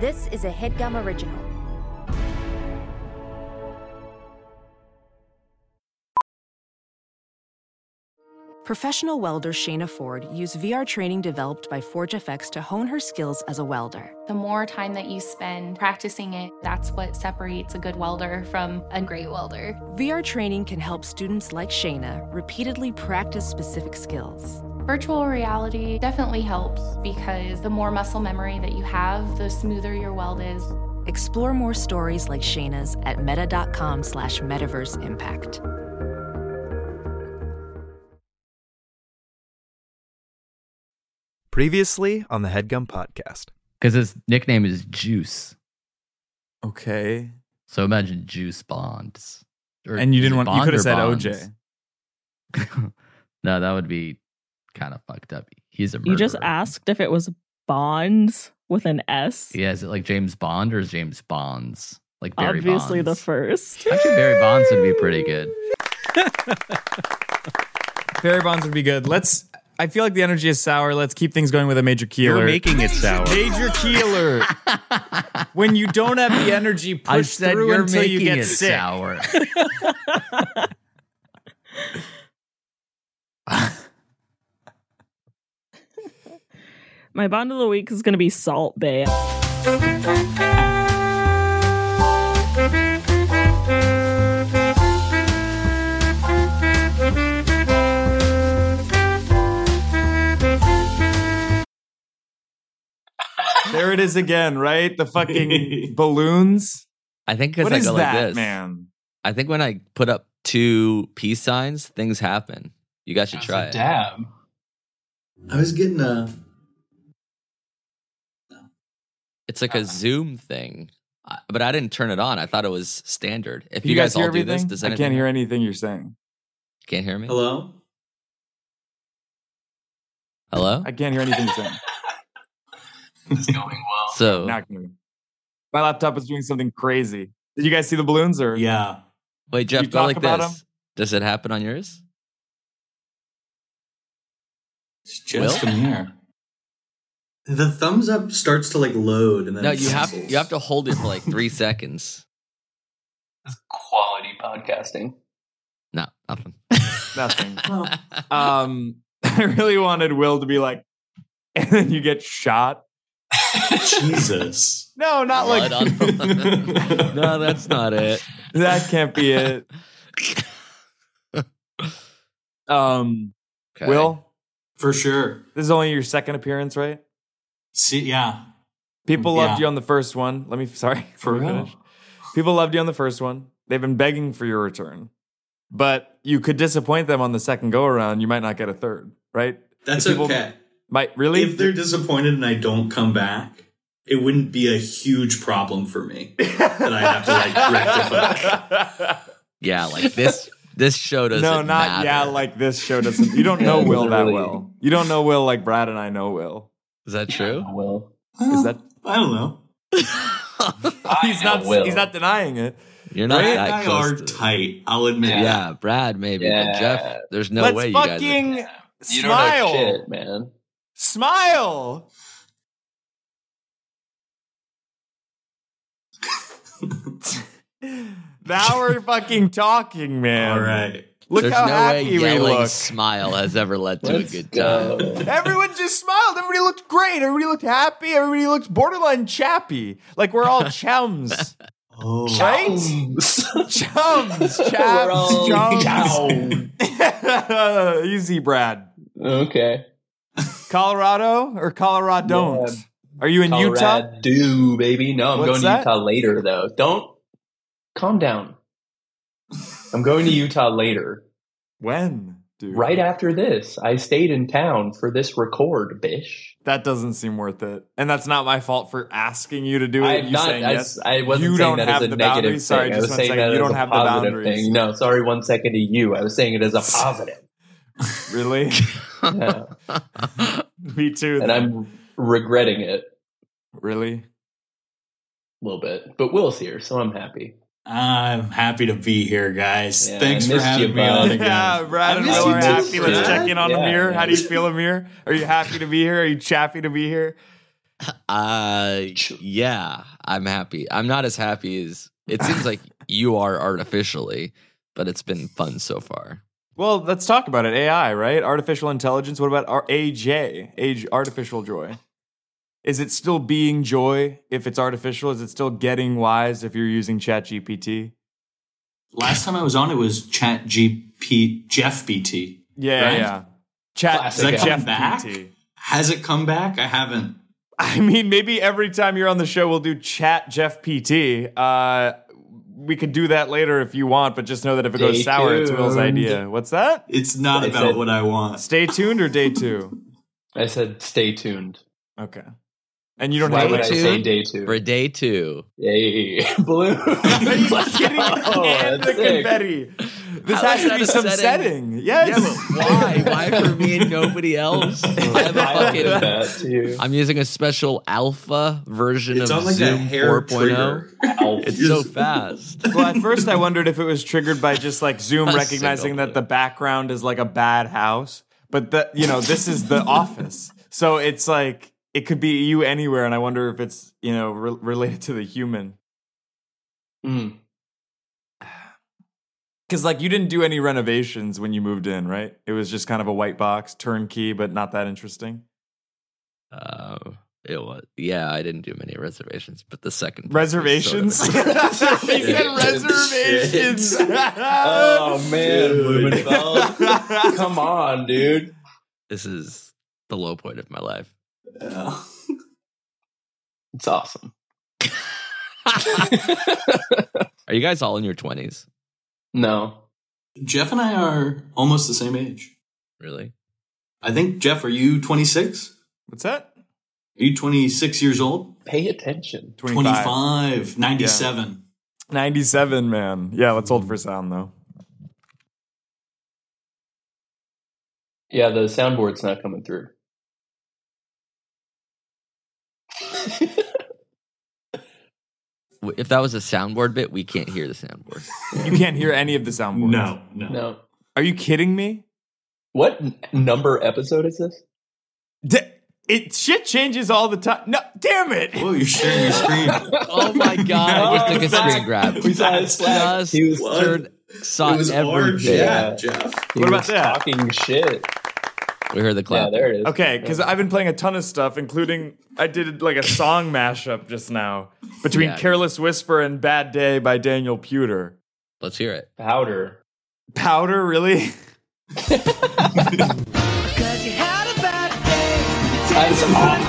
This is a headgum original. Professional welder Shayna Ford used VR training developed by ForgeFX to hone her skills as a welder. The more time that you spend practicing it, that's what separates a good welder from a great welder. VR training can help students like Shayna repeatedly practice specific skills. Virtual reality definitely helps because the more muscle memory that you have, the smoother your weld is. Explore more stories like Shayna's at meta.com slash metaverse impact. Previously on the Headgum Podcast. Because his nickname is Juice. Okay. So imagine Juice Bonds. Or And you is didn't it want you Bond could have or said Bonds? OJ. no, that would be kind of fucked up. He's a murderer. You just asked if it was bonds with an S. Yeah, is it like James Bond or is James Bonds? Like Barry Obviously, Bonds. the first. Actually, Barry Bonds would be pretty good. Barry Bonds would be good. Let's I feel like the energy is sour. Let's keep things going with a major key You're alert. making it sour. major key alert. when you don't have the energy, I push said through you're until making you get it sick. sour. My bond of the week is going to be Salt Bay. There it is again, right? The fucking balloons. I think because What I is go like that, this. man? I think when I put up two peace signs, things happen. You guys should That's try a it. dab. I was getting a. It's like Uh-huh. Uh-uh. a Zoom thing, I- but I didn't turn it on. I thought it was standard. If Do you, guys, hear all everything? do this, does I anything can't hear anything you're saying. Can't hear me. Hello? Hello? I can't hear anything you're saying. It's going well. So Not gonna. My laptop is doing something crazy. Did you guys see the balloons or? Yeah. wait, Jeff, you go talk like about this. them? Does it happen on yours? it's just Will? in here. The thumbs up starts to like load and then No, it you have cancels. you have to hold it for like three seconds. It's quality podcasting. No, nothing. Nothing. Well, Um, I really wanted Will to be like, and then you get shot. Jesus. No, not like Blood on the- no, that's not it. that. Can't be it. Um, Okay. Will, For sure. this is only your second appearance, right? See, yeah. Mm, People loved Yeah. you on the first one. Let me sorry. For let me real. finish. People loved you on the first one. They've been begging for your return. But you could disappoint them on the second go around. You might not get a third, right? That's If people- okay. Might really? If they're disappointed and I don't come back, it wouldn't be a huge problem for me that I have to like rectify. Yeah, like this. This show doesn't. no, not matter. yeah, like this show doesn't. You don't know Yeah, Will that literally. well. You don't know Will like Brad and I know Will. is that true? Will. Well, that- I don't know. He's I not Will. he's not denying it. You're not Brad and that I close. are to- tight. I'll admit. Yeah. Yeah, Brad, maybe. But Yeah. Jeff, there's no Let's way you guys. are- fucking You smile. don't know shit, man. Smile. now we're fucking talking, man. All right. Look there's how no way happy we yelling look. smile has ever led to Let's a good go. time. Everyone just smiled. Everybody looked great. Everybody looked happy. Everybody looked borderline chappy. Like we're all chums. Oh. right? Oh. Chums. Chaps. Chums. Easy, Brad. okay. Colorado or Coloradont? Yeah. Are you in Utah? do baby. No, I'm What's going to that? Utah later though. Don't calm down. I'm going to Utah later. When, dude? Right after this, I stayed in town for this record, bish. That doesn't seem worth it, and that's not my fault for asking you to do it. I you am not. saying I, yes. I wasn't You saying don't that as have a the negative boundaries. thing. Sorry, I just was one saying second. that You as don't a have the positive boundaries. thing. No, sorry, one second to you. I was saying it as a positive. Really? Yeah. Me too. and then. I'm regretting it really. a little bit, but Will's here, so I'm happy. I'm happy to be here, guys. Yeah, Thanks I for missed having you, me bud. on again. Yeah, Brad and I miss Will you are too, happy. Let's Brad. check in on Yeah, Amir. How do you man. feel, Amir? Are you happy to be here? Are you chappy to be here? Uh, yeah, I'm happy. I'm not as happy as it seems like you are artificially, but it's been fun so far. Well, let's talk about it. AI, right? Artificial intelligence. What about our AJ? Age artificial joy. Is it still being joy if it's artificial? Is it still getting wise if you're using ChatGPT? Last time I was on, it was Chat GP Jeff BT. Yeah, Right? yeah. Chat Classic. Does that Jeff come back? PT. Has it come back? I haven't. I mean, maybe every time you're on the show, we'll do Chat Jeff PT. Uh, we could do that later if you want, but just know that if it goes Stay sour, it's Will's tuned. idea. What's that? It's not I about said- what I want. Stay tuned or day two? I said stay tuned. Okay. And you don't Why have would like, I say day two? For day two, Yay, blue. Let's kidding go. and the oh, That's sick. confetti. This How has is to that be a some setting. setting? Yes. why? Why for me and nobody else? I'm, a I fucking, did that to you. I'm using a special alpha version It's of on like a Zoom hair 4.0. trigger. It's so fast. well, at first I wondered if it was triggered by just like Zoom A recognizing single that the background is like a bad house, but that you know this is the office, so it's like it could be you anywhere, and I wonder if it's you know re- related to the human Mm. Um, because like you didn't do any renovations when you moved in, right? It was just kind of a white box turnkey, but not that interesting. Uh, it was. Yeah, I didn't do many reservations, but the second part was sort of- Reservations. He said reservations. Oh man, Blumenfeld. Come on, dude. this is the low point of my life. Yeah. It's awesome. Are you guys all in your twenties? no. Jeff and I are almost the same age. Really? I think Jeff, are you 26? What's that? Are you 26 years old? Pay attention. 25, 97. 97, man. Yeah, let's hold for sound though. Yeah, the soundboard's not coming through. W- If that was a soundboard bit, we can't hear the soundboard. You can't hear any of the soundboards. No, no. no. Are you kidding me? What n- number episode is this? D- it shit changes all the time. No, damn it. Whoa, you're sharing your screen. oh my god! I just took a screen grab. We saw his flag. Just He was, What? turned, saw it was orange. everything. Yeah, Jeff. he What about was that? talking shit. We heard the clap. Yeah, there it is. Okay, because I've been playing a ton of stuff, including I did like a song mashup just now between Yeah. Careless Whisper and Bad Day by Daniel Pewter. Let's hear it. Powder. Powder, really? That's awful.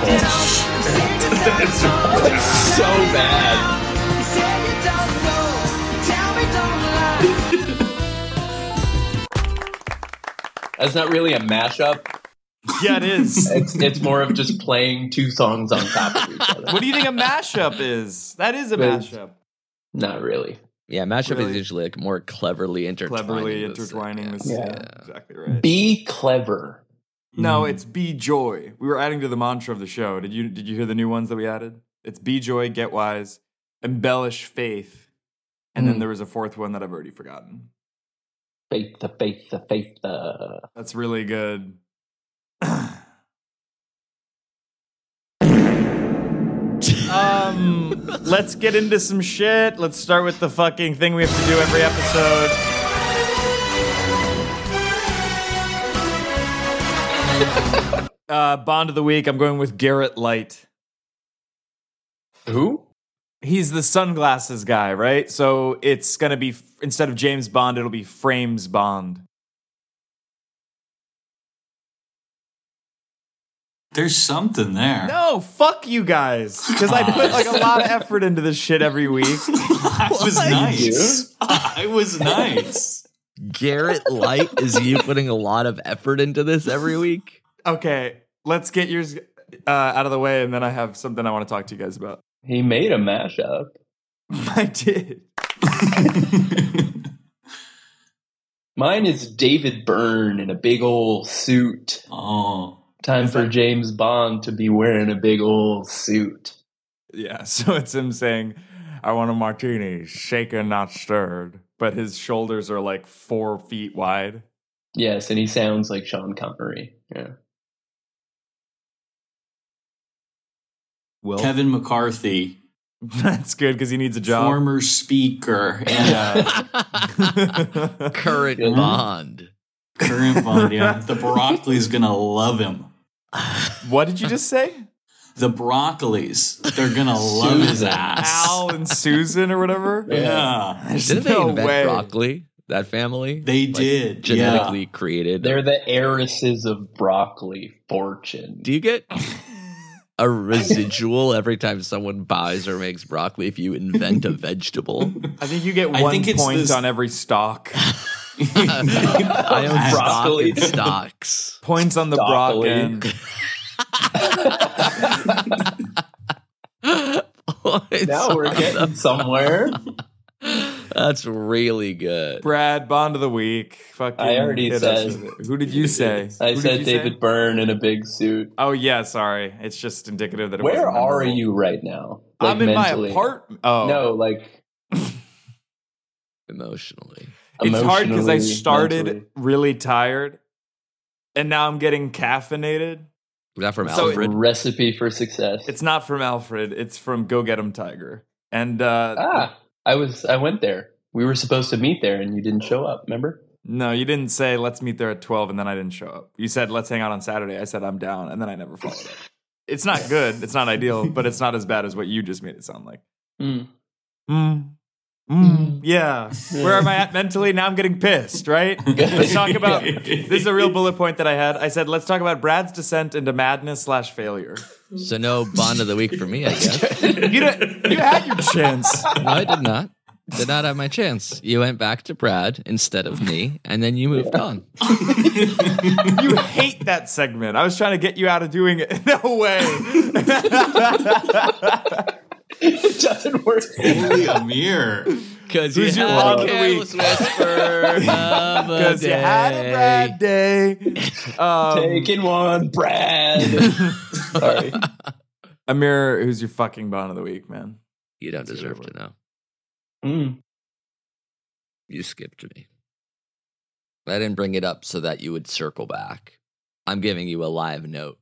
That's so bad. That's not really a mashup. Yeah, it is. It's, it's more of just playing two songs on top of each other. what do you think a mashup is? That is a Wait. mashup. Not really. Yeah, mashup Really? is usually like more cleverly intertwining. Cleverly those things. intertwining Yeah. this. Yeah. exactly right. Be clever. no, it's be joy. We were adding to the mantra of the show. Did you did you hear the new ones that we added? It's be joy, get wise, embellish faith, and then Mm. there was a fourth one that I've already forgotten. Faith the faith the faith the. That's really good. um, let's get into some shit. Let's start with the fucking thing we have to do every episode. Uh, Bond of the week. I'm going with Garrett Light. Who? He's the sunglasses guy, right? So it's gonna be instead of James Bond, it'll be Frames Bond. There's something there. No, fuck you guys. Because I put like a lot of effort into this shit every week. I was nice. I was nice. Garrett Light is you putting a lot of effort into this every week. Okay, let's get yours uh, out of the way, and then I have something I want to talk to you guys about. He made a mashup. I did. Mine is David Byrne in a big ol' suit. oh. Time for James Bond to be wearing a big ol' suit. Yeah, so it's him saying, I want a martini, shaken, not stirred. But his shoulders are like four feet wide. Yes, and he sounds like Sean Connery. Yeah. Will. Kevin McCarthy, That's good because he needs a job. former speaker and uh, Current Yeah. bond. current Bond. Yeah, the broccoli's gonna love him. What did you just say? The broccoli's, they're gonna love his ass. Al and Susan or whatever. Yeah, There's Didn't they no invent way. broccoli? That family? they Like, did. Genetically yeah. created. They're the heiresses of broccoli fortune. Do you get a residual every time someone buys or makes broccoli if you invent a vegetable? I think you get I one think it's point this- on every stock. I own stock Broccoli. in stocks. Points on the broccoli. Broccoli. end. Points Now we're on getting somewhere. the- That's really good. Brad Bond of the week. Fucking I already hit us said- with it. Who did you say? I Who did said you say? David Byrne in a big suit. Oh yeah, sorry. It's just indicative that. It Where wasn't are memorable. you right now? I'm in mentally? my apartment. Oh No, like Emotionally. it's hard because I emotionally, started mentally. really tired, and now I'm getting caffeinated. Is that from So- Alfred? recipe for success. It's not from Alfred. It's from Go Get 'Em Tiger. And uh, ah, I was I went there. We were supposed to meet there, and you didn't show up. Remember? No, you didn't say let's meet there at twelve, and then I didn't show up. You said let's hang out on Saturday. I said I'm down, and then I never followed up. It's not good. It's not ideal, but it's not as bad as what you just made it sound like. Hmm. Mm. Mm. Mm. Yeah. Where am I at mentally? Now I'm getting pissed, right? Let's talk about this is a real bullet point that I had. I said, let's talk about Brad's descent into madness slash failure. So no bond of the week for me, I guess. You didn't, you had your chance. No, I did not. Did not have my chance. You went back to Brad instead of me, and then you moved on. You hate that segment. I was trying to get you out of doing it. No way. it doesn't work. Holy Amir. Because Who's your bond of the Because week? Because you had a bad day. Um, Taking one, Brad. Sorry. Amir, who's your fucking bond of the week, man? You don't deserve to know. Mm. You skipped me. I didn't bring it up so that you would circle back. I'm giving you a live note.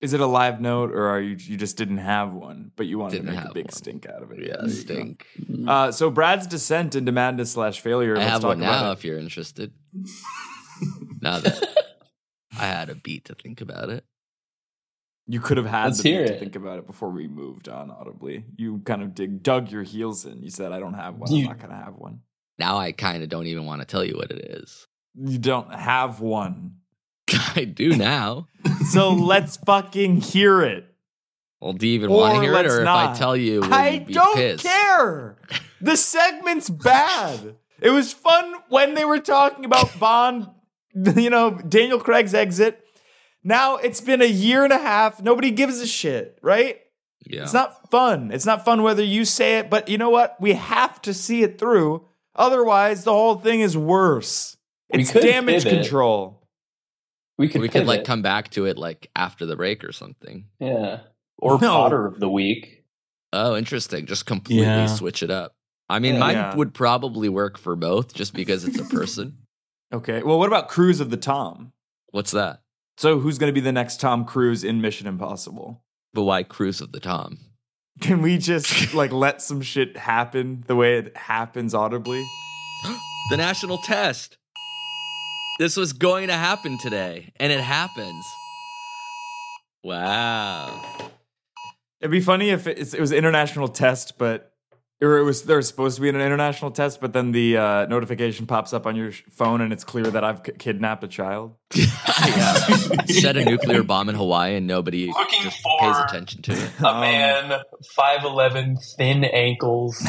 Is it a live note, or are you you just didn't have one, but you wanted Didn't to make a have big one. stink out of it? Yeah, There you stink. go. Uh, so Brad's descent into madness slash failure. I Let's have talk one now about it. if you're interested. now that I had a beat to think about it. You could have had Let's the beat hear to it. think about it before we moved on audibly. You kind of dig dug your heels in. You said, "I don't have one. You- I'm not gonna have one." Now I kind of don't even want to tell you what it is. You don't have one. I do now. So let's fucking hear it. Well, do you even Or want to hear it, let's or if not. I tell you, will I you be don't pissed? care. The segment's bad. it was fun when they were talking about Bond, you know, Daniel Craig's exit. Now it's been a year and a half. Nobody gives a shit, right? Yeah. It's not fun. It's not fun whether you say it, but you know what? We have to see it through. Otherwise, the whole thing is worse. We It's could damage pivot. control. We could we could like pivot. come back to it like after the break or something. yeah, or No. Potter of the week. Oh, interesting. Just completely Yeah. switch it up. I mean, Yeah. mine Yeah. would probably work for both just because it's a person. Okay. Well, what about Cruise of the Tom? What's that? So, who's going to be the next Tom Cruise in Mission Impossible? But why Cruise of the Tom? Can we just like let some shit happen the way it happens audibly? The national test. This was going to happen today, and it happens. Wow. It'd be funny if it, it was international test, but or it was there was supposed to be an international test, but then the uh, notification pops up on your sh- phone and it's clear that I've k- kidnapped a child. uh, Set a nuclear bomb in Hawaii and nobody Looking just for- pays attention to Um, it. A man, five eleven, thin ankles.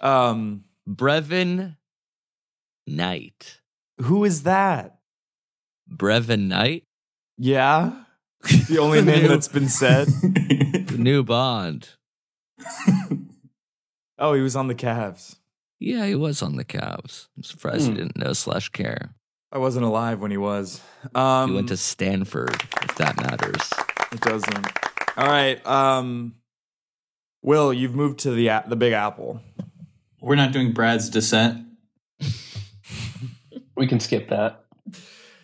Um, Brevin Knight. who is that? Brevin Knight? Yeah, the only name that's been said. The new Bond. Oh, he was on the Cavs. Yeah, he was on the Cavs. I'm surprised Hmm. he didn't know slash care. I wasn't alive when he was. Um, he went to Stanford, if that matters. It doesn't. All right. Um, Will, you've moved to the a- the Big Apple. We're not doing Brad's descent. we can skip that.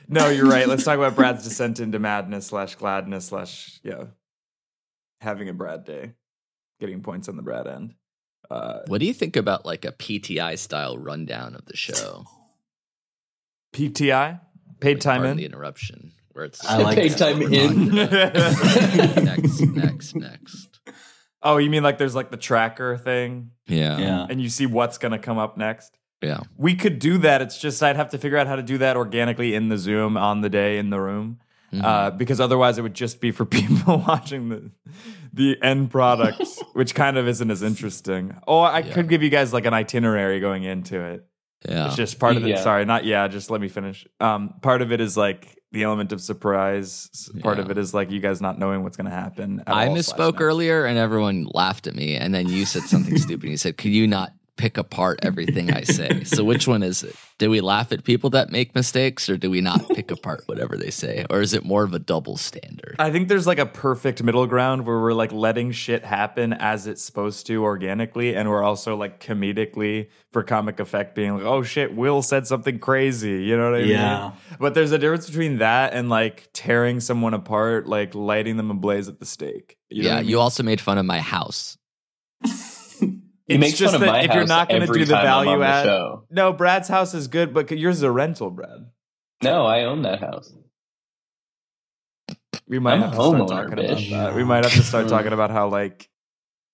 No, you're right. Let's talk about Brad's descent into madness slash gladness slash yeah, having a Brad day, getting points on the Brad end. Uh, What do you think about like a PTI style rundown of the show? PTI, paid Like, time pardon in. The interruption. Where it's I like Paid that. time We're not- in. next, next, next. oh, you mean like there's like the tracker thing, Yeah. Yeah. and you see what's gonna come up next. Yeah. We could do that. It's just I'd have to figure out how to do that organically in the Zoom on the day in the room, Mm-hmm. uh, because otherwise it would just be for people watching the the end product, which kind of isn't as interesting. Or I Yeah. could give you guys like an itinerary going into it. Yeah. It's just part of it. Yeah. Sorry, not yeah. Just let me finish. Um, part of it is like the element of surprise. S- Part of Yeah. it is like you guys not knowing what's going to happen. at I all slash misspoke next. earlier and everyone laughed at me. And then you said something stupid. You said, Could you not pick apart everything I say? So which one is it? Do we laugh at people that make mistakes or do we not pick apart whatever they say? Or is it more of a double standard? I think there's like a perfect middle ground where we're like letting shit happen as it's supposed to organically, and we're also like comedically for comic effect being like, oh shit, Will said something crazy. You know what I Yeah. mean? But there's a difference between that and like tearing someone apart, like lighting them ablaze at the stake. You know yeah. what I mean? You also made fun of my house. He It's makes fun just of that my if you're house not gonna every do the time I'm on value add- The show. No, Brad's house is good, but yours is a rental, Brad. No, I own that house. We might I'm have a to start homeowner, talking bitch. about that. We might have to start talking about how like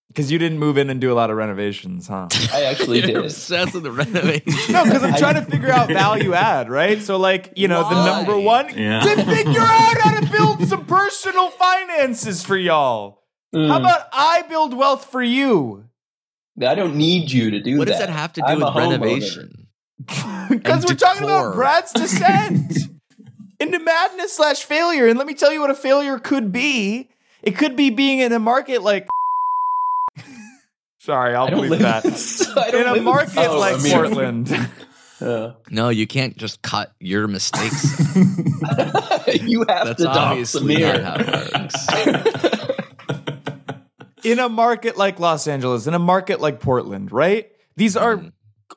because you didn't move in and do a lot of renovations, huh? I actually You're did. obsessed with the renovation. No, because I'm trying to figure out value add, right? So, like, you know, the Why? number one Yeah. to figure out how to build some personal finances for y'all. How Mm. about I build wealth for you? I don't need you to do What that. does that have to do I'm a with homeowner. renovation? Because And we're talking about decor. Brad's descent into madness slash failure. And let me tell you what a failure could be. It could be being in a market like. Sorry, I'll I don't believe live that. I don't In a live market oh, like I mean- Portland. Uh, No, you can't just cut your mistakes. you have That's to dock obviously not Samir. how it works. in a market like Los Angeles, in a market like Portland, right? These are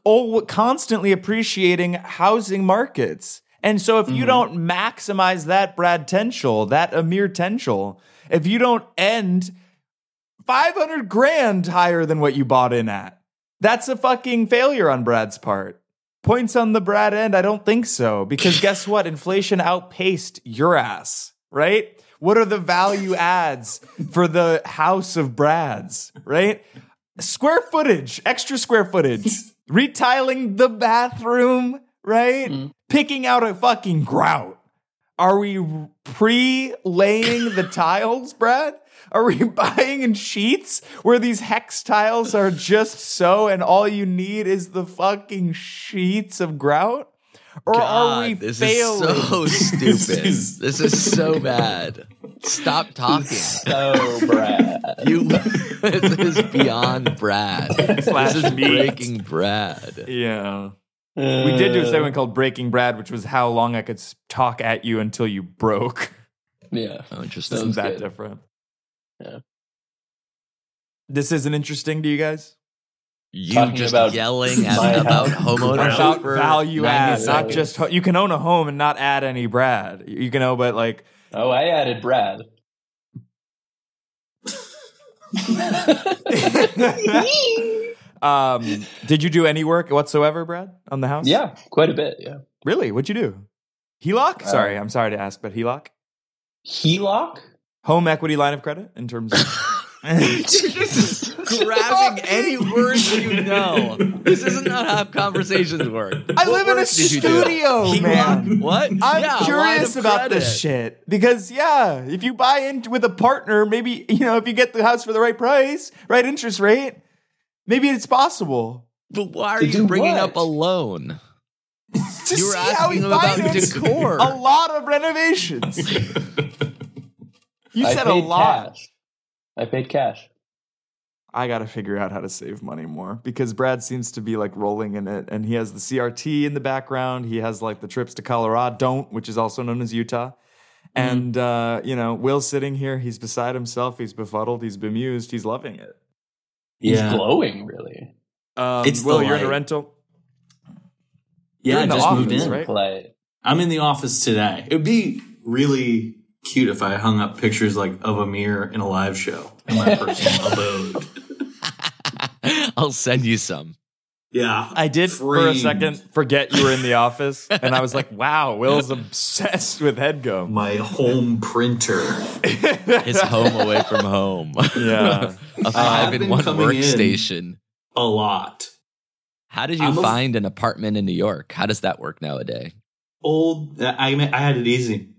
all constantly appreciating housing markets. And so if you don't maximize that Brad Tenshel, that Amir Tenshel, if you don't end 500 grand higher than what you bought in at, that's a fucking failure on Brad's part. Points on the Brad end, I don't think so. Because guess what? Inflation outpaced your ass, right? What are the value adds for the house of Brad's, right? Square footage, extra square footage, retiling the bathroom, right? Mm. Picking out a fucking grout. Are we pre laying the tiles, Brad? Are we buying in sheets where these hex tiles are just so and all you need is the fucking sheets of grout? Or are we God, this failing? is so stupid. is- this is so bad. Stop talking. Oh, Brad. You, this is beyond Brad. Slash this is meat. breaking Brad. yeah. We did do a segment called Breaking Brad, which was how long I could s- talk at you until you broke. Uh, Yeah. Oh, interesting. Isn't was that good. different? Yeah. This isn't interesting to you guys? You Talking just about yelling my at, about house. homeownership About for value add, 90 not seconds. just ho- you can own a home and not add any Brad. You can own, but like Oh, I added Brad. um, did you do any work whatsoever, Brad, on the house? yeah, quite a bit. Yeah. Really? What'd you do? HELOC? Uh, Sorry, I'm sorry to ask, but HELOC? HELOC? Home equity line of credit in terms of. grabbing any words you know. This is not how conversations work. I live in a work did you do? studio, He man. walked- What? I'm Yeah, line curious of about this credit. shit because yeah, if you buy in with a partner, maybe you know if you get the house for the right price, right interest rate, maybe it's possible But why are To you do bringing what? up a loan? to You were see how he asking him about financed decor. a lot of renovations. you I said a paid lot. Cash. I paid cash. I got to figure out how to save money more because Brad seems to be like rolling in it and he has the CRT in the background. He has like the trips to Colorado, don't, which is also known as Utah. Mm-hmm. And, uh, you know, Will's sitting here. He's beside himself. He's befuddled. He's bemused. He's loving it. yeah. He's glowing, really. Um, It's the Will, you're in a light. rental. Yeah, You're I in the just moved office, in. right? Play. I'm in the office today. It'd be really cute if I hung up pictures like of Amir in a live show in my personal abode. I'll send you some. Yeah. I did for a Framed. second forget you were in the office, and I was like, "Wow, Will's obsessed with headgum." My home printer. His home away from home. Yeah. a five been in one coming in. workstation. A lot. How did you I'm a- find an apartment in New York? How does that work nowadays? Old I I had it easy.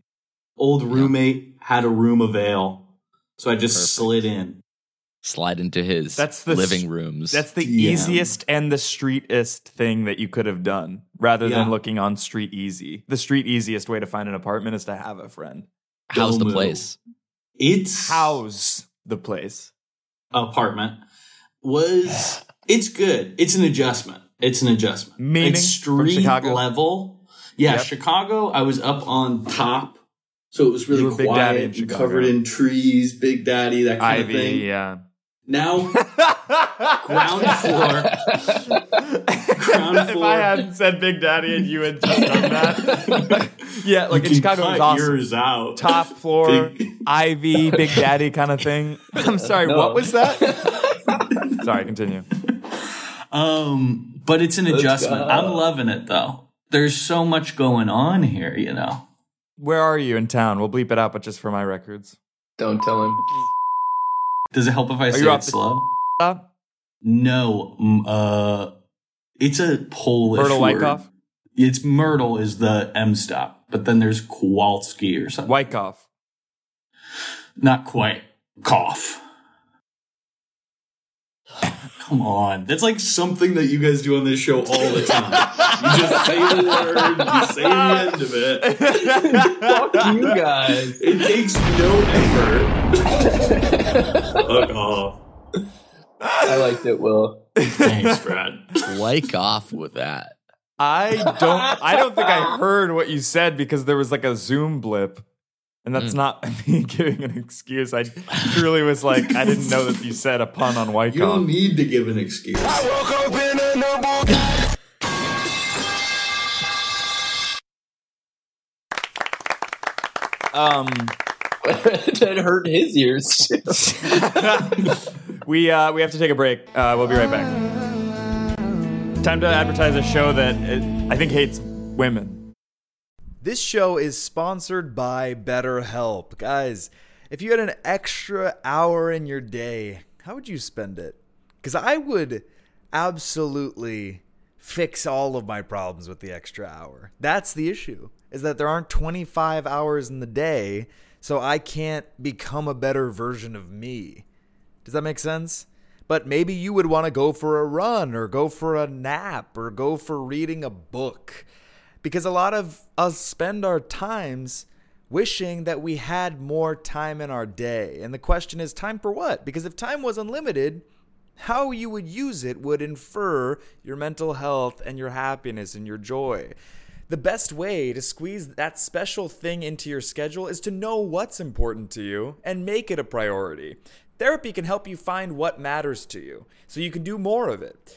Old roommate had a room avail. So I just Perfect. slid in. Slide into his That's the living s- rooms. That's the Yeah. easiest and the streetest thing that you could have done, rather Yeah. than looking on Street Easy. The street easiest way to find an apartment is to have a friend. How's the Domu. place? It's How's the place? apartment was it's good. It's an adjustment. It's an adjustment. Meaning, it's from street Chicago? level. Yeah, Yep. Chicago. I was up on top, so it was really You were Big quiet, Daddy in and Chicago. covered in trees, Big Daddy, that kind Ivy, of thing. yeah. Now ground floor, ground if I floor. hadn't said Big Daddy and you had just done that, yeah, You like in can Chicago, it cut was awesome. yours out. Top floor, Big- Ivy, Big Daddy kind of thing. I'm sorry, what no. was that? sorry, continue. Um, but it's an adjustment. go. I'm loving it though. There's so much going on here, you know. Where are you in town? We'll bleep it out, but just for my records. Don't tell him. Does it help if I you say off it the- slow? Uh, No, mm, uh, it's a Polish Myrtle word. Wyckoff? It's Myrtle is the M stop, but then there's Kowalski or something. Wyckoff. Not quite. Cough. Come on, that's like something that you guys do on this show all the time. you just say the word, you say the end of it. Fuck you guys. It takes no effort. Fuck off. I liked it, Will. Thanks, Brad. Wake off with that. I don't. I don't think I heard what you said because there was like a Zoom blip, and that's not me giving an excuse. I truly was like, I didn't know that you said a pun on You don't Wyckoff. need to give an excuse. Um, that hurt his ears. too. we uh, we have to take a break. Uh, we'll be right back. Time to advertise a show that uh I think hates women. This show is sponsored by BetterHelp. Guys, if you had an extra hour in your day, how would you spend it? Because I would absolutely fix all of my problems with the extra hour. That's the issue, is that there aren't 25 hours in the day, so I can't become a better version of me. Does that make sense? But maybe you would want to go for a run or go for a nap or go for reading a book. Because a lot of us spend our times wishing that we had more time in our day. And the question is time for what? Because if time was unlimited, how you would use it would infer your mental health and your happiness and your joy. The best way to squeeze that special thing into your schedule is to know what's important to you and make it a priority. Therapy can help you find what matters to you so you can do more of it.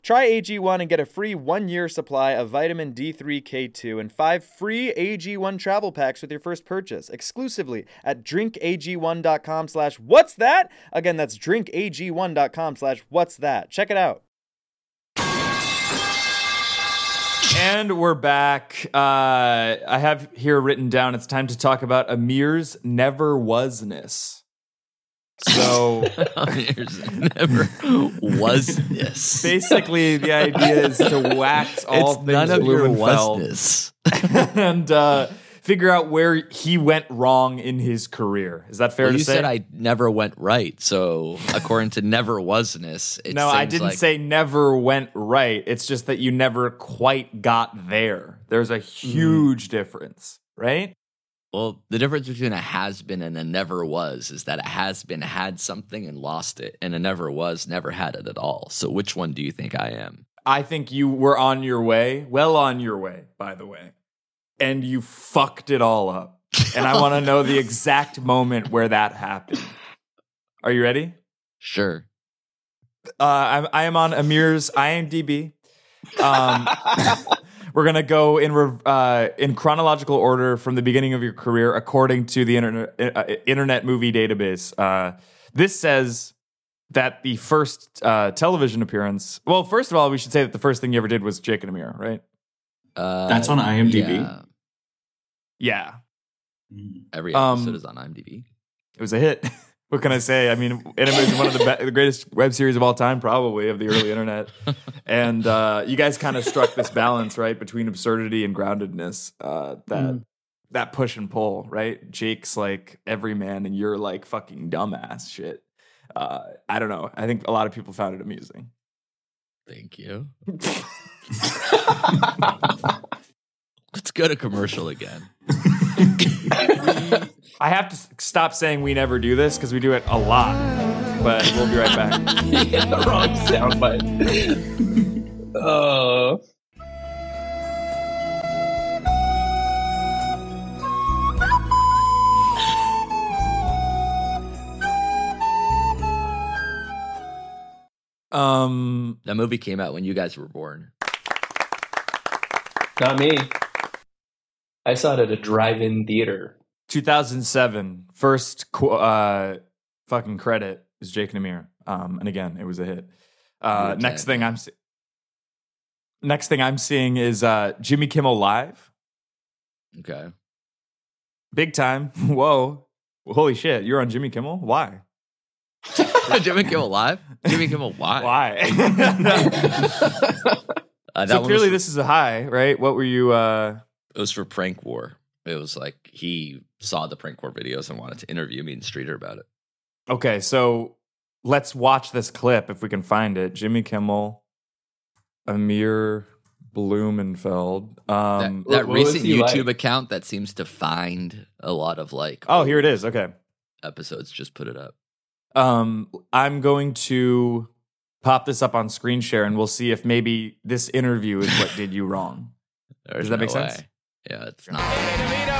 Try AG1 and get a free one year supply of vitamin D3K2 and five free AG1 travel packs with your first purchase exclusively at drinkag1.com slash what's that? Again, that's drinkag1.com slash what's that. Check it out. And we're back. Uh, I have here written down it's time to talk about Amir's never wasness. So Amir's never wasness. Basically, the idea is to wax all It's none things of your Blumenfeld wasness. and uh, figure out where he went wrong in his career. Is that fair Well, to you say? said I never went right, so according to never wasness, it no, I seems didn't like- say never went right. It's just that you never quite got there. There's a Mm-hmm. huge difference, right? Well, the difference between a has been and a never was is that a has been had something and lost it, and a never was never had it at all. So, which one do you think I am? I think you were on your way, well on your way, by the way, and you fucked it all up. And I want to know the exact moment where that happened. Are you ready? Sure. Uh, I'm, I am on Amir's IMDb. Um, we're gonna go in rev- uh, in chronological order from the beginning of your career according to the internet uh, internet movie database. Uh, this says that the first uh, television appearance. Well, first of all, we should say that the first thing you ever did was Jake and Amir, right? Uh, That's on IMDb? yeah. Yeah, Mm. Every Um, episode is on IMDb. it was a hit. what can I say? I mean, it was one of the, be- the greatest web series of all time, probably of the early internet. And uh, you guys kind of struck this balance, right, between absurdity and groundedness. Uh, that that push and pull, right? Jake's like every man, and you're like fucking dumbass shit. Uh, I don't know. I think a lot of people found it amusing. Thank you. Let's go to commercial again. I have to s- stop saying we never do this because we do it a lot. But we'll be right back. the wrong sound button. Oh. Um, That movie came out when you guys were born. Not me. I saw it at a drive-in theater. 2007, first qu- uh, fucking credit is Jake and Amir. Um, and again, it was a hit. Uh, Good next time. thing I'm se- next thing I'm seeing is uh, Jimmy Kimmel live, Okay. big time. Whoa, holy shit! You're on Jimmy Kimmel? Why? Jimmy Kimmel Live? Jimmy Kimmel Live. Why? Uh, that so one clearly, was, this is a high, right? What were you? Uh, it was for Prank War. It was like he saw the Prank War videos and wanted to interview me and Streeter about it. okay, so let's watch this clip if we can find it. Jimmy Kimmel, Amir Blumenfeld. That, Um, that what was recent he like? YouTube account that seems to find a lot of like Oh, here it is. Okay. episodes just put it up. Um, I'm going to pop this up on screen share and we'll see if maybe this interview is what did you wrong. There's that no make sense? way. Yeah, it's not. and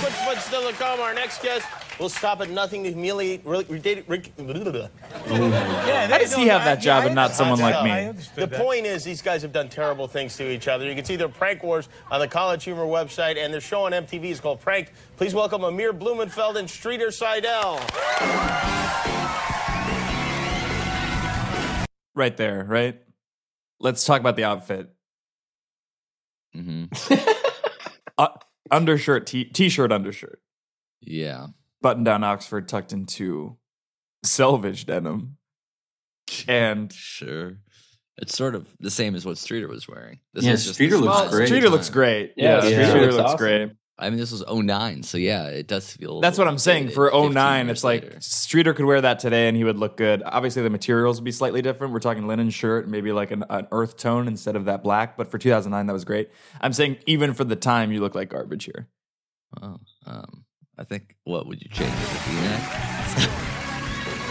Switchfoot Stillicom, our next guest, will stop at nothing to humiliate. Re- re- How does he have that job and not someone like me? The point is, these guys have done terrible things to each other. You can see their prank wars on the College Humor website, and their show on MTV is called Pranked. Please welcome Amir Blumenfeld and Streeter Seidel. Right there, right? Let's talk about the outfit. hmm Uh, undershirt, t- t-shirt, undershirt, Yeah. button-down Oxford tucked into selvage denim, and Sure. It's sort of the same as what Streeter was wearing. Yeah, was just Streeter a looks small- great. Streeter looks great. Yeah, Streeter Streeter looks looks awesome. great. I mean, this was 09, so yeah, it does feel. That's what I'm saying. dated For 15 09, years it's like Streeter could wear that today and he would look good. Obviously, the materials would be slightly different. We're talking linen shirt, maybe like an, an earth tone instead of that black. But for 2009, that was great. I'm saying even for the time, you look like garbage here. Wow. Um, I think what would you change? V-neck?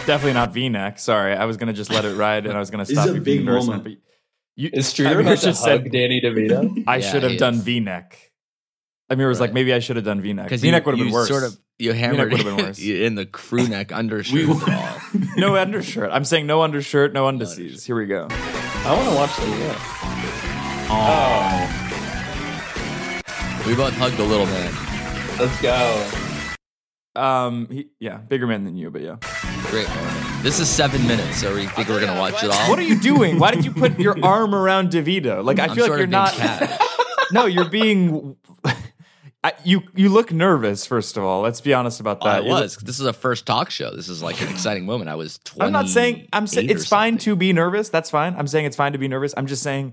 Definitely not V-neck. Sorry, I was gonna just let it ride and I was gonna This stop. is a you from big embarrassing moment. it, but you, Is Streeter Amir about to just hug Danny DeVito? I Yeah, should have he done is. V-neck. Amir was like, maybe I should have done V-neck. Because you- V-neck would have you been worse. Sort of, you hammered V-neck would have been worse. in the crew neck undershirt. brawl. no undershirt. I'm saying no undershirt, no undisees. Here we go. I want to watch the yeah. Oh. We both hugged a little man. Let's go. Um, he, yeah, bigger man than you, but yeah. Great moment. This is seven minutes, so we think we're gonna watch it all. What are you doing? Why did you put your arm around DeVito? Like I I'm feel sort like of you're being not. cat. no, you're being. I, you you look nervous. First of all, let's be honest about I that. You look- was. This is a first talk show. This is like an exciting moment. I was 20. I'm not saying I'm saying it's fine to be nervous. That's fine. I'm saying it's fine to be nervous. I'm just saying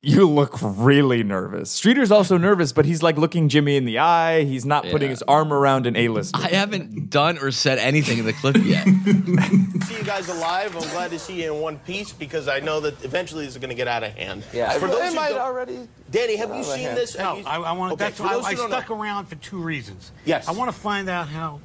you look really nervous. Streeter's also nervous, but he's like looking Jimmy in the eye. He's not putting his arm around an A-list. I haven't done or said anything in the clip yet. see you guys alive. I'm glad to see you in one piece because I know that eventually this is going to get out of hand. Yeah. For It those who might don't- already- Danny, have you Out of seen hand. this? Have No, you- I, I want. Okay, that's for why those I, who don't know- stuck around for two reasons. Yes. I want to find out how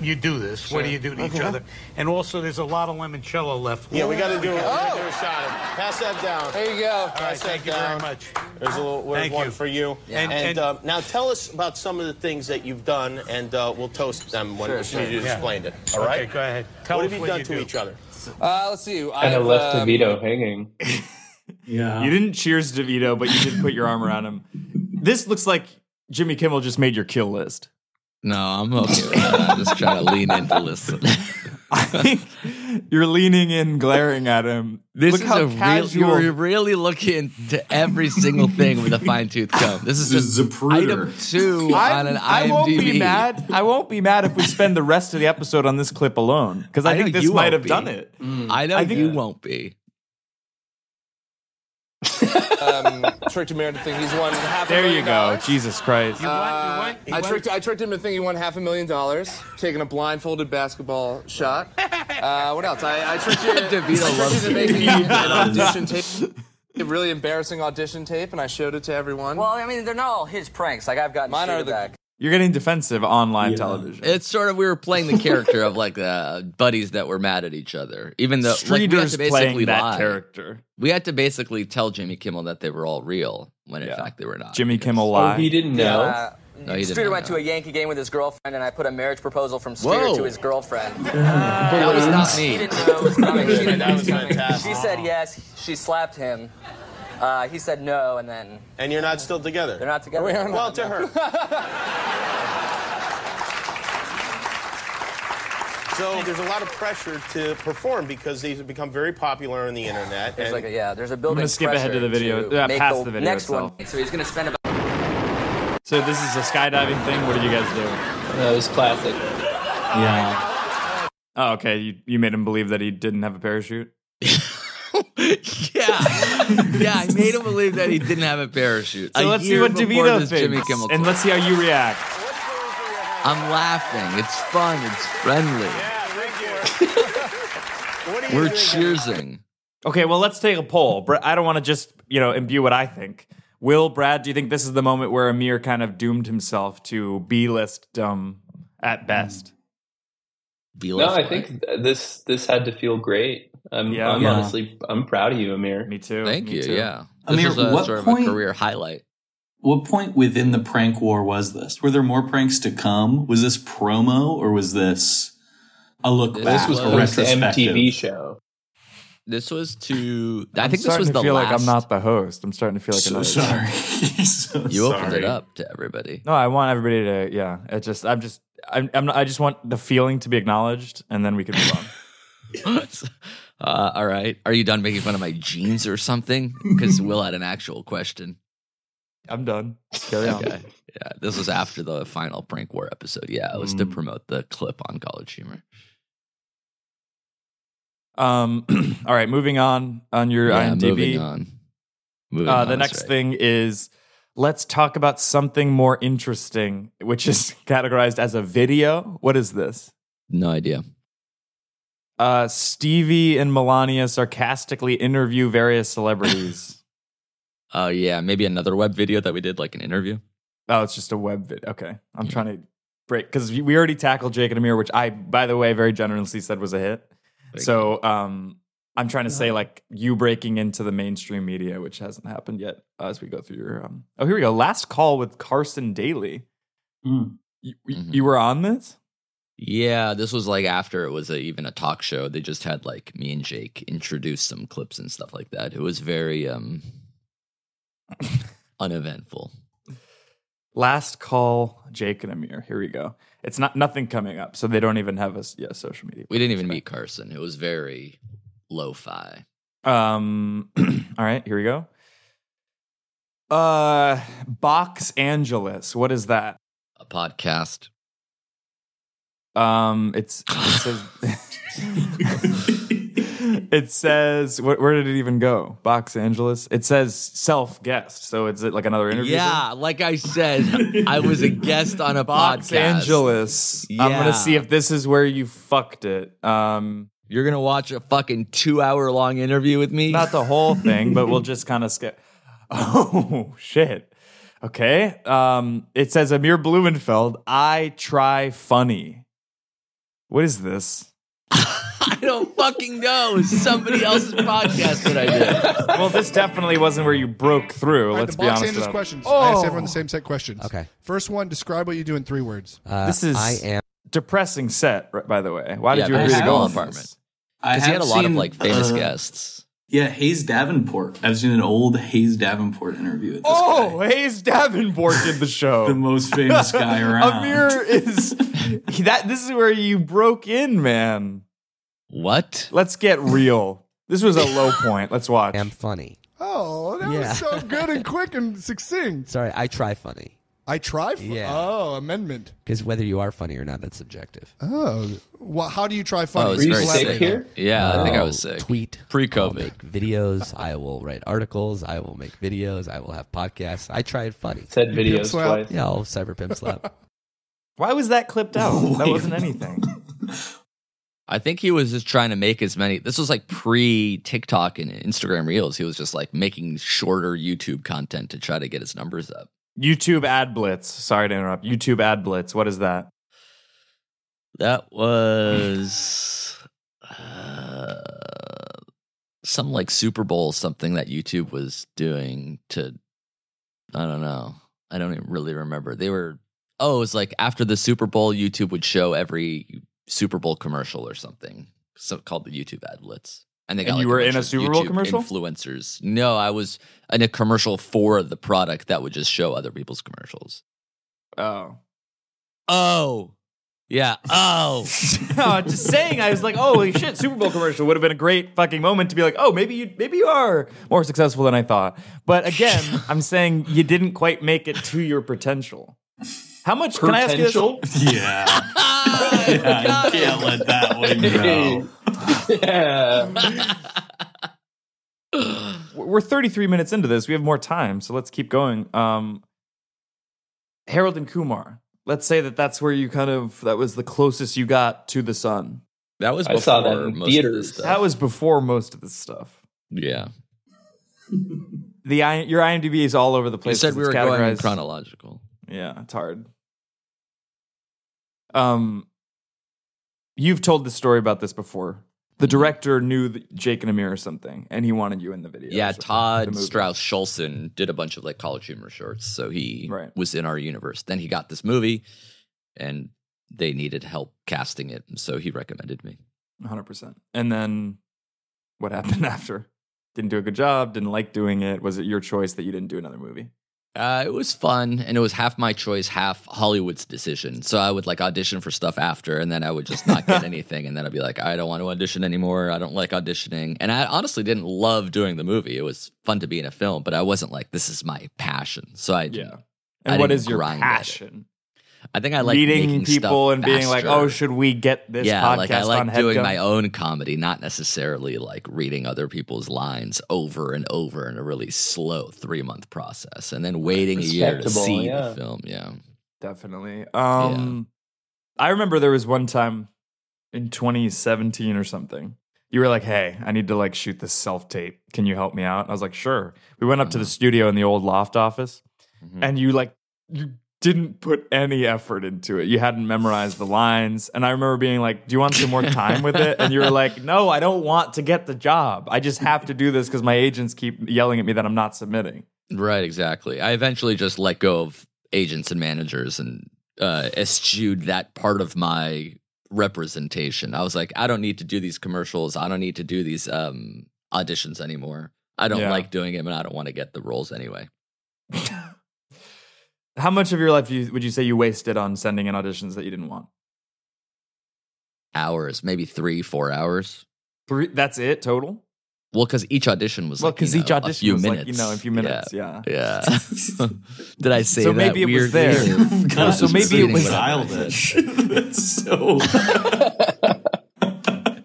you do this. What do Sure. you do to each Okay. other? And also, there's a lot of limoncello left. Yeah, we got to do it. We gotta Oh. do a shot of it. Pass that down. There you go. All right, thank you very much. There's a little there's Thank one you. for you. Yeah. And, And- and- um, now tell us about some of the things that you've done, and uh, we'll toast them when Sure, as sure. soon as you Yeah. explained it. All Okay, right. go ahead. Tell what us have you what done you to do. each other? Uh, let's see. I Kind of have, left um, DeVito hanging. Yeah. You didn't cheers DeVito, but you did put your arm around him. This looks like Jimmy Kimmel just made your kill list. No, I'm okay with that. I'm just trying to lean in to listen. You're leaning in, glaring at him. This Look is how a real. casual. You're really looking to every single thing with a fine tooth comb. This is just item two on an IMDb. I won't be mad. I won't be mad if we spend the rest of the episode on this clip alone because I, know think this you won't might have be. done it. Mm. I know I think- you won't be. um, tricked him into thinking he's won half. a There you million go. dollars. Jesus Christ. Uh, I tricked I tricked him into thinking he won half a million dollars, taking a blindfolded basketball shot. Uh, what else? I, I tricked you. DeVito I loves tricked you into you. making an He audition tape. A really embarrassing audition tape, and I showed it to everyone. Well, I mean, they're not all his pranks. Like I've gotten mine are the back. You're getting defensive on live television. It's sort of we were playing the character of like uh, buddies that were mad at each other, even though like, we had Streeter's to playing basically that lie. character. We had to basically tell Jimmy Kimmel that they were all real when in fact they were not. Jimmy Oh, Kimmel lied. Uh, No, he did Streeter not went to a Yankee game with his girlfriend, and I put a marriage proposal from Streeter Whoa. to his girlfriend. that was not He me. didn't know it was coming. She, didn't know it was coming. fantastic. she said yes. She slapped him. Uh, he said no, and then. And you're not still together. They're not together. We are anymore. not. Well, to her. So there's a lot of pressure to perform because these have become very popular on the internet. There's and- like a, yeah, there's a I'm building. gonna skip ahead to the pressure video- to uh, make past the video next itself. one. So he's gonna spend about. So this is a skydiving thing. What did you guys do? That was classic. Yeah. Oh, okay. You, you made him believe that he didn't have a parachute. yeah, I made him believe that he didn't have a parachute. So A let's see year what before DeVito this thinks, Jimmy Kimmel and let's see how you react. I'm laughing. It's fun. It's friendly. We're cheersing. Okay, well, let's take a poll. Bra- I don't want to just, you know, imbue what I think. Will, Brad, do you think this is the moment where Amir kind of doomed himself to B list dumb at best? No, I think th- this this had to feel great. I'm, Yeah. I'm Yeah. honestly I'm proud of you, Amir. Me too. Mm. Thank you. Yeah. This Amir, was a, what sort of point- a career highlight. What point within the prank war was this? Were there more pranks to come? Was this promo or was this a look This back? was the a retrospective? MTV show. This was to. I I'm think this starting was to the feel last. like I'm not the host. I'm starting to feel like So another. sorry. So you opened it sorry. up to everybody. No, I want everybody to. Yeah, it just. I'm just. I'm, I'm not, I just want the feeling to be acknowledged, and then we can move on. Uh, all right. Are you done making fun of my jeans or something? Because Will had an actual question. I'm done. Carry on. Okay. Yeah. This was after the final prank war episode. Yeah. It was to Mm. promote the clip on College Humor. Um, all right, moving on on your Yeah, IMDb. moving on. Moving uh, on the is next right. thing is Let's talk about something more interesting, which is categorized as a video. What is this? No idea. Uh, Stevie and Melania sarcastically interview various celebrities. Oh yeah, maybe another web video that we did like an interview. Oh, it's just a web vid. Okay. I'm trying to break because we already tackled Jake and Amir, which I, by the way, very generously said was a hit. so um, I'm trying to say like you breaking into the mainstream media, which hasn't happened yet uh, as we go through your. Um... Oh, here we go. Last call with Carson Daly. Mm. You, Mm-hmm. you were on this? Yeah, this was like after it was a, even a talk show. They just had like me and Jake introduce some clips and stuff like that. It was very um uneventful. Last call, Jake and Amir. Here we go. It's not nothing coming up, so they don't even have us. Yeah, social media. We didn't even meet Carson. It was very lo-fi. Um. all right, here we go. Uh, Box Angeles. What is that? A podcast. Um, it's it says. it says wh- where did it even go? Box Angeles. It says self guest. So is it like another interview? Yeah, like I said, I was a guest on a Box podcast. Angeles. I'm Yeah. gonna see if this is where you fucked it. Um, You're gonna watch a fucking two hour long interview with me. not the whole thing, but we'll just kind of skip. Oh shit. Okay. Um, it says Amir Blumenfeld. I try funny. What is this? I don't fucking know. It's somebody else's podcast that I did. well, this definitely wasn't where you broke through. All right, let's the be box honest. Andrews about it. questions. I Oh, asked everyone the same set of questions. Okay. First one, describe what you do in three words. this is I am depressing set. right- By the way, why Yeah, did you agree Barry to go Small on apartment. this? I 'Cause he have had a lot of, seen, like, famous uh, guests. Yeah, Hayes Davenport. I've seen an old Hayes Davenport interview. At this Oh, Hayes Davenport did the show. the most famous guy around. Amir is that. This is where you broke in, man. What? Let's get real. This was a low point. Let's watch. I'm funny. Oh, that Yeah. was so good and quick and succinct. Sorry, I try funny. I try. Fu- Yeah. Oh, amendment. Because whether you are funny or not, that's subjective. Oh, well, how do you Oh, try funny? it's Please elaborate. Yeah, I think I I'll was sick. Tweet pre-COVID videos. I will write articles. I will make videos. I will have podcasts. I tried funny. Said You pimp videos slap? twice. Yeah, I'll cyber pimp slap. Why was that clipped out? That wasn't anything. I think he was just trying to make as many. This was like pre TikTok and Instagram Reels. He was just like making shorter YouTube content to try to get his numbers up. YouTube ad blitz. Sorry to interrupt. YouTube ad blitz. What is that? That was uh, some like Super Bowl something that YouTube was doing to I don't know. I don't even really remember. They were oh, it was like after the Super Bowl, YouTube would show every Super Bowl commercial or something. So called the YouTube adlets. And they And got you like, were in a bunch of Super Bowl YouTube commercial? Influencers. No, I was in a commercial for the product that would just show other people's commercials. Oh. Oh. Yeah. Oh. no, just saying. I was like, oh holy shit, Super Bowl commercial would have been a great fucking moment to be like, oh, maybe you maybe you are more successful than I thought. But again, I'm saying you didn't quite make it to your potential. How much can I ask you this? Potential? Yeah. yeah, I can't let that one go. We're 33 minutes into this. We have more time, so let's keep going. Um, Harold and Kumar. Let's say that that's where you kind of that was the closest you got to the sun. That was I saw that in theaters. That was before most of this stuff. Yeah. The I, your IMDb is all over the You place. said 'cause we were it's going categorized- chronological. Yeah, it's hard. Um, you've told the story about this before. Mm-hmm. The director knew that Jake and Amir or something, and he wanted you in the video. Yeah, So- the Todd movie. Strauss Schulson did a bunch of like college humor shorts, so he was in our universe. Then he got this movie, and they needed help casting it, and so he recommended me. 100%. And then what happened after? Didn't do a good job, didn't like doing it. Was it your choice that you didn't do another movie? Uh, it was fun, and it was half my choice, half Hollywood's decision. So I would like audition for stuff after, and then I would just not get anything, and then I'd be like, I don't want to audition anymore. I don't like auditioning, and I honestly didn't love doing the movie. It was fun to be in a film, but I wasn't like this is my passion. So I Yeah. didn't- And I what didn't is your grind at it. passion? I think I like Meeting making people stuff and being like, faster. "Oh, should we get this yeah, like I podcast like on doing HeadGum?" my own comedy, not necessarily like reading other people's lines over and over in a really slow three month process, and then waiting a year to Respectable, see yeah. the film. Yeah, definitely. Um, I remember there was one time in 2017 or something. You were like, "Hey, I need to like shoot this self tape. Can you help me out?" I was like, "Sure." We went up to the studio in the old loft office, Mm-hmm. Hmm. and you like you didn't put any effort into it. You hadn't memorized the lines, and I remember being like, "Do you want some more time with it?" And you were like, "No, I don't want to get the job. I just have to do this because my agents keep yelling at me that I'm not submitting." Right, exactly. I eventually just let go of agents and managers and uh, eschewed that part of my representation. I was like, I don't need to do these commercials. I don't need to do these um, auditions anymore. I don't Yeah. like doing them, and I don't want to get the roles anyway. How much of your life do you, would you say you wasted on sending in auditions that you didn't want? Hours, maybe three, four hours. Three. That's it total. Well, because each audition was Well, like, you 'cause each know, audition a few was like, minutes. you know, a few minutes, yeah. yeah. Did I say So that maybe it was weirdly there. or- No, so maybe it was- Whatever. That's so.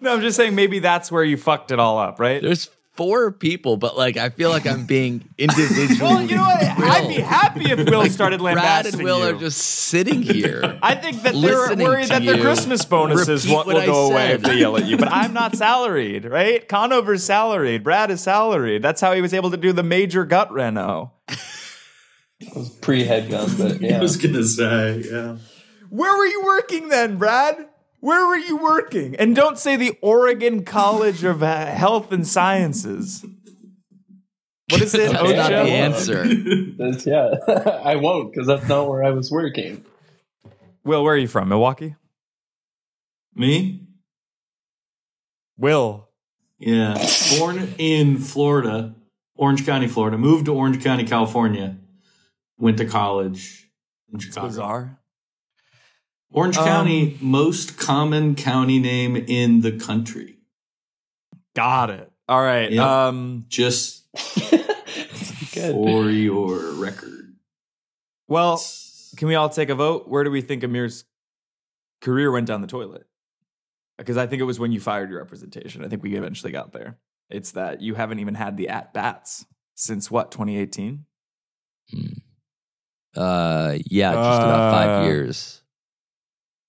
No, I'm just saying maybe that's where you fucked it all up, right? There's four people, but like I feel like I'm being individually. well, you know what? I'd be happy if Will started Brad lambasting and Will you. are just sitting here. I think that they're listening worried to that their you Christmas bonuses repeat will, what will I go away said. if they yell at you. But I'm not salaried, right? Conover's salaried. Brad is salaried. That's how he was able to do the major gut reno. Pre headgun, but yeah. I was gonna say, yeah. Where were you working then, Brad? Where were you working? And don't say the Oregon College of uh, Health and Sciences. What is it? That's not OSHA? the answer. That's- yeah, I won't because that's not where I was working. Will, where are you from? Milwaukee? Me? Will. Yeah. Born in Florida, Orange County, Florida. Moved to Orange County, California. Went to college in Chicago. bizarre. Orange Um, County, most common county name in the country. Got it. All right. Yep. Um, Just for your record. well, can we all take a vote? Where do we think Amir's career went down the toilet? Because I think it was when you fired your representation. I think we eventually got there. It's that you haven't even had the at bats since what, 2018? Uh, yeah, just about Uh, five years.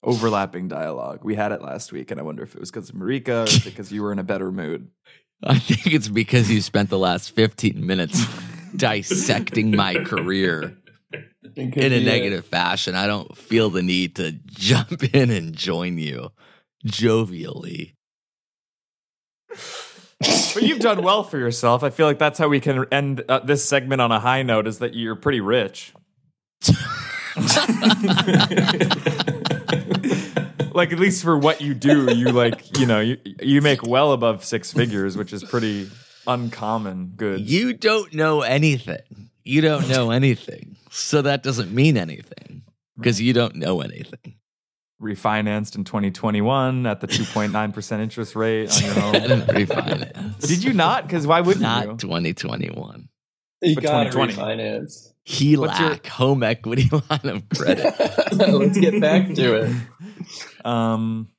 Overlapping dialogue. We had it last week, and I wonder if it was because of Marika or because you were in a better mood. I think it's because you spent the last 15 minutes dissecting my career It could in a be negative fashion. I don't feel the need to jump in and join you jovially. but you've done well for yourself. I feel like that's how we can end uh, this segment on a high note is that you're pretty rich. like at least for what you do, you like, you know, you, you make well above six figures, which is pretty uncommon good. You don't know anything. You don't know anything. So that doesn't mean anything because you don't know anything. refinanced in 2021 at the 2.9% interest rate on your home. I didn't refinance. Did you not? Cuz why wouldn't Not you? 2021. You But got to 2020. refinance. HELAC, home equity line of credit. Let's get back to it. Um,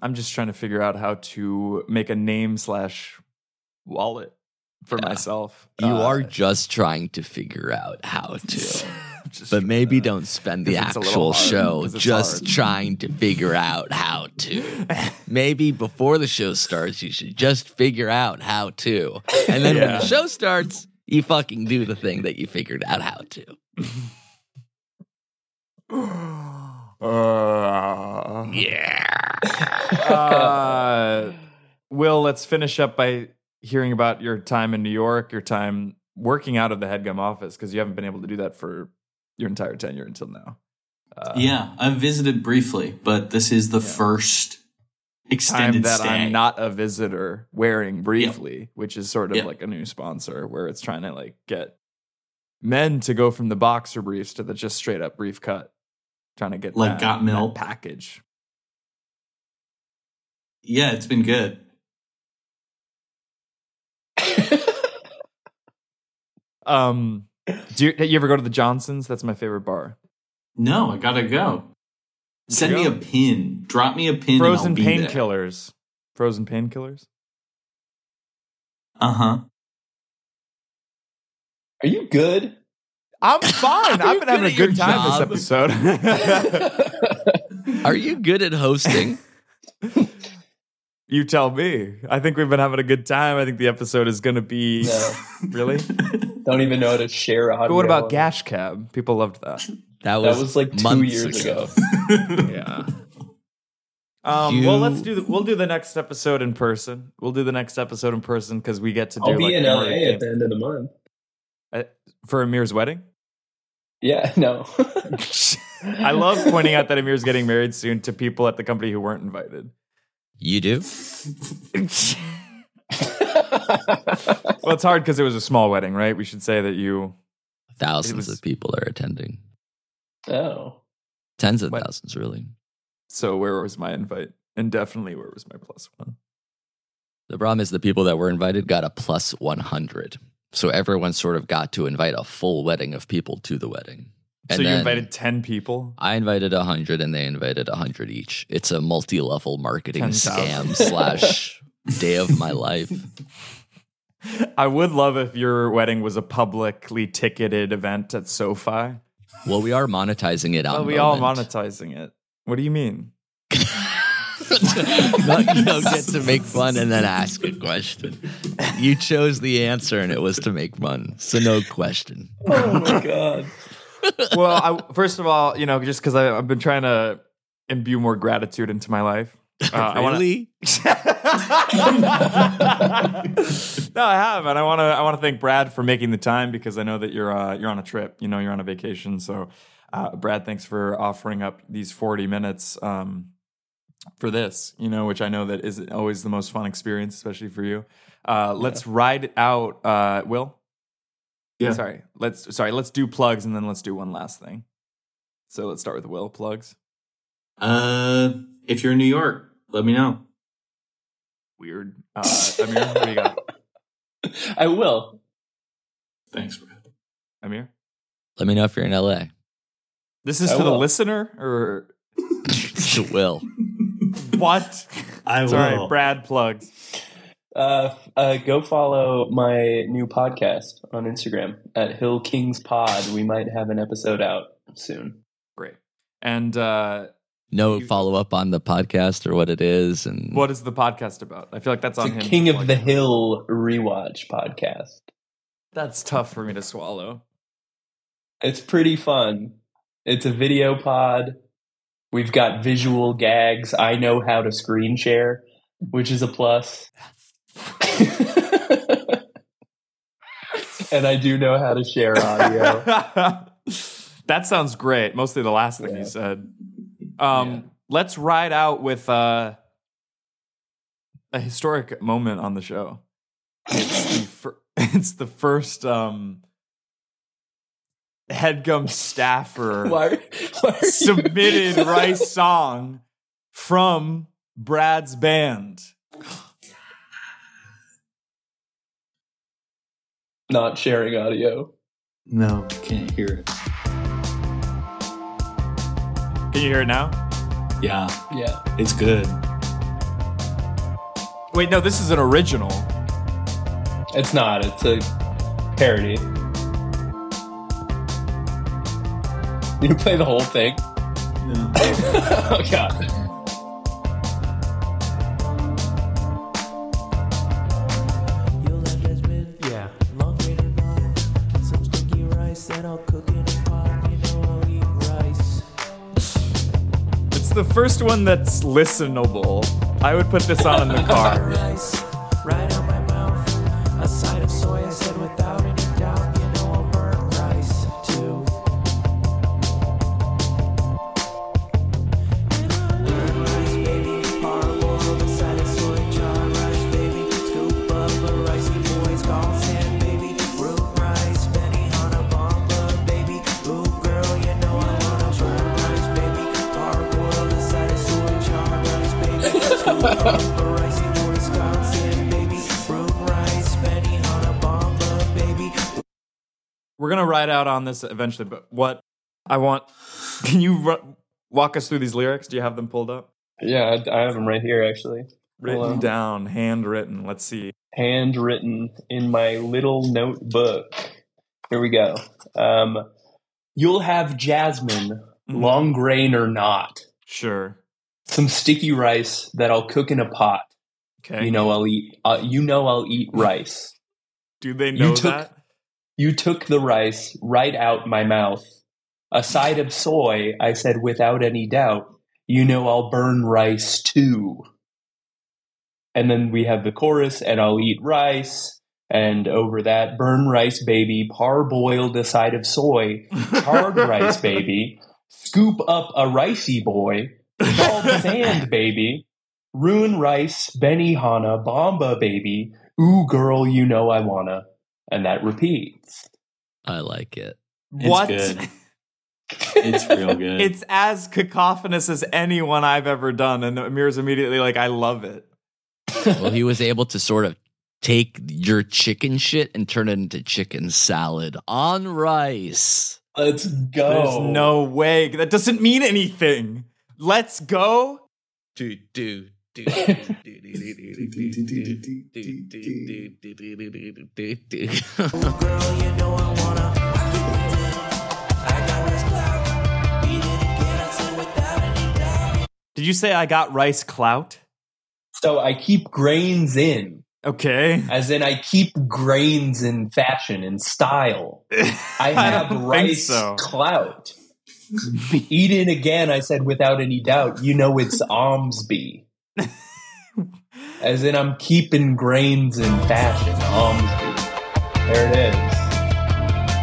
I'm just trying to figure out how to make a name slash wallet for myself. You Uh, are just trying to figure out how to. just but maybe don't spend the 'cause uh, it's a actual little hard, show 'cause it's just hard. trying to figure out how to. maybe before the show starts, you should just figure out how to. And then when Yeah. the show starts, you fucking do the thing that you figured out how to. Uh, yeah. uh, Will, let's finish up by hearing about your time in New York, your time working out of the headgum office, because you haven't been able to do that for your entire tenure until now. Uh, yeah, I visited briefly, but this is the first time extended that stay. I'm not a visitor wearing briefly, which is sort of Yep. like a new sponsor where it's trying to like get men to go from the boxer briefs to the just straight up brief cut, trying to get Like that, Got that Milk. package. yeah, it's been good. Um, do you, you ever go to the Johnsons? That's my favorite bar. No, I gotta go. Send me a pin. Drop me a pin. Frozen and I'll be there. painkillers. Frozen painkillers. Uh huh. Are you good? I'm fine. I've been having a good time this episode. Are you good at hosting? you tell me. I think we've been having a good time. I think the episode is going to be really. Don't even know how to share audio. But what about Gash Cab? People loved that. That was was like two months years ago. yeah. Um, You- Well, let's do. The, we'll do the next episode in person. We'll do the next episode in person because we get to do. I'll be like, in an LA hour at game. the end of the month. Uh, for Amir's wedding. Yeah, no. I love pointing out that Amir's getting married soon to people at the company who weren't invited. You do? well, it's hard because it was a small wedding, right? We should say that you Thousands of people are attending. Oh. Tens of thousands, really. So where was my invite? And definitely where was my plus one? The problem is the people that were invited got a plus 100. So everyone sort of got to invite a full wedding of people to the wedding. So you invited 10 people? I invited 100 and they invited 100 each. It's a multi level marketing 10,000. scam slash day of my life. I would love if your wedding was a publicly ticketed event at SoFi. Well, we are monetizing it on Well, we all monetizing it. What do you mean? But you don't get to make fun and then ask a question. You chose the answer and it was to make fun. So no question. Uh, Oh my god. well, I, first of all, you know, just because I've been trying to imbue more gratitude into my life. Uh, I wanna- Really? no, I have, and I want to. I want to thank Brad for making the time because I know that you're uh, you're on a trip. You know, you're on a vacation. So, uh, Brad, thanks for offering up these forty minutes um, for this. You know, which I know that isn't always the most fun experience, especially for you. Uh, let's ride it out, uh, Will. Yeah. Sorry. Let's sorry. Let's do plugs and then let's do one last thing. So let's start with Will plugs. Uh, if you're in New York, let me know. Weird. Uh, Amir, what do you got? I will. Thanks, Brad. Amir. Let me know if you're in LA. This is I to the will. listener, or It will. What? I Sorry, will. Brad plugs. Uh, uh, go follow my new podcast on Instagram at Hill Kings Pod. We might have an episode out soon. Great. And uh, No follow up on the podcast or what it is. And what is the podcast about? I feel like that's It's on a him. King of the Hill rewatch podcast. That's tough for me to swallow. It's pretty fun. It's a video pod. We've got visual gags. I know how to screen share, which is a plus. and I do know how to share audio. that sounds great. Mostly the last thing you said. Um, Let's ride out with uh, a historic moment on the show. It's the, fir- it's the first um, headgum staffer Why- submitted rice song from Brad's band. Not sharing audio. No, can't hear it. Can you hear it now? Yeah, Yeah. it's good. Wait, no, this is an original. It's not. It's a parody. You play the whole thing? oh god. Yeah. Long green and brown. Some sticky rice that I'll cook in a pot. You know I'll eat rice. It's the first one that's listenable. I would put this on in the car. Rice, right out my mouth. A side of soy, I said without any doubt. You know I'll burn rice too. Burn rice, baby. Parboil the side of soy. Char rice, baby. Scoop up a ricey boys. Call sand, baby. Root rice. Benihana bomba, baby. Ooh, girl, you know I wanna burn rice, baby. Parboil the side of soy. Char rice, baby. Scoop up a ricey boys. Call sand, baby. Root rice. Benihana bomba, baby. We're gonna ride out on this eventually, but what I want? Can you ru- Walk us through these lyrics. Do you have them pulled up? Yeah, I, I have them right here actually. Written Hold on. down, handwritten. Let's see. handwritten in my little notebook. Here we go. Um, you'll have jasmine, long grain or not. Sure. Some sticky rice that I'll cook in a pot. Okay. You know I'll eat. Uh, you know I'll eat rice. Do they know took- that? You took the rice right out my mouth. A side of soy, I said without any doubt. You know I'll burn rice too. And then we have the chorus, and I'll eat rice. And over that, burn rice, baby. Parboiled a side of soy. Charred rice, baby. Scoop up a ricey boy. Salt sand, baby. Ruin rice, Benihana, Bomba, baby. Ooh, girl, you know I wanna. And that repeats. I like it. It's What? good. It's real good. It's as cacophonous as anyone I've ever done, and Amir's immediately like, "I love it." well, he was able to sort of take your chicken shit and turn it into chicken salad on rice. Let's go. There's no way that doesn't mean anything. Let's go. Do do do. Girl, you know I wanna. I got this clout. Need it again, I said without any doubt. Did you say I got rice clout? So I keep grains in. Okay. As in, I keep grains in fashion and style. I have don't think rice so. clout. Eat it again, I said without any doubt. You know it's Almsby. As in, I'm keeping grains in fashion. Almsby. There it is.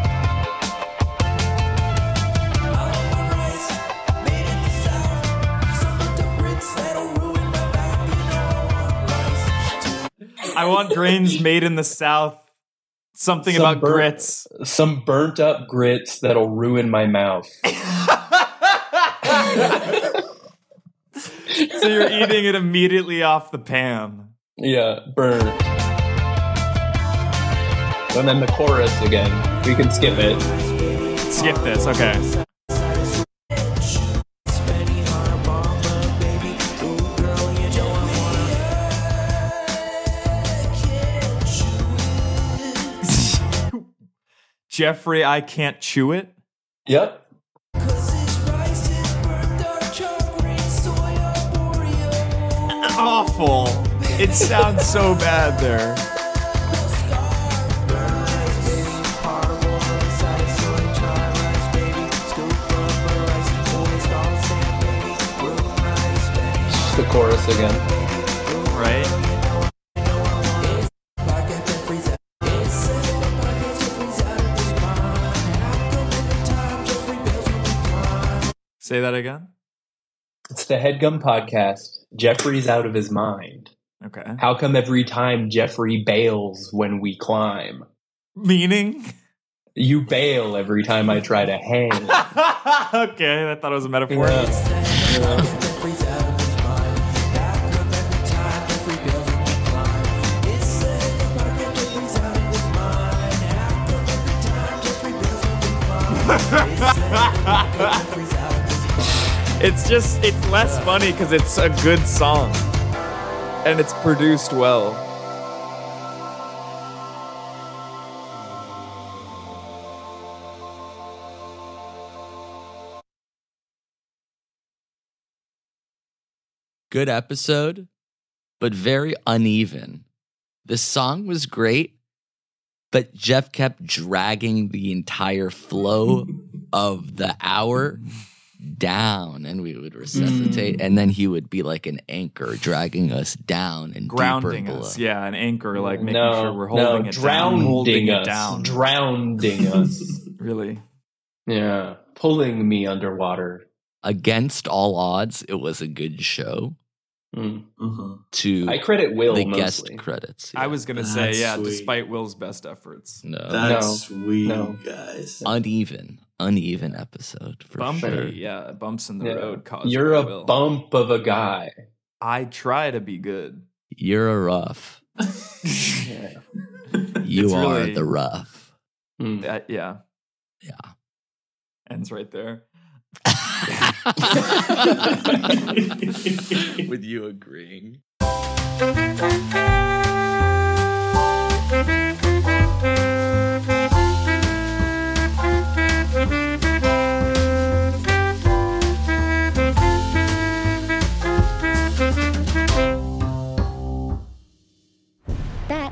I want grains made in the South. Something Some about burnt- grits. Some burnt up grits that'll ruin my mouth. So you're eating it immediately off the pan. Yeah, burnt. And then the chorus again. We can skip it. Skip this. Okay. Jeffrey, I can't chew it. Yep. Awful. It sounds so bad there. Just the chorus again. Right? Say that again. It's the Headgum Podcast. Jeffrey's out of his mind. Okay. How come every time Jeffrey bails when we climb? Meaning? You bail every time I try to hang. okay, I thought it was a metaphor. it's just, it's less funny because it's a good song and it's produced well. Good episode, but very uneven. The song was great, but Jeff kept dragging the entire flow of the hour down and we would resuscitate Mm. and then he would be like an anchor dragging us down and Grounding deeper below. us. Yeah, an anchor, like making no, sure we're holding no, it down. drowning Holding us, it down. drowning us. really? Yeah, pulling me underwater. Against all odds, it was a good show. Mm. Uh-huh. To I credit Will the mostly. guest credits. I was going to say, That's yeah, sweet. despite Will's best efforts. No. That's No. weird, No. guys. uneven, uneven episode for Bumpy, sure. yeah, bumps in the Yeah. road cause You're a will. bump of a guy. I try to be good. You're a rough. You It's are really- the rough. Mm. That- yeah. Yeah. Ends right there. With you agreeing. That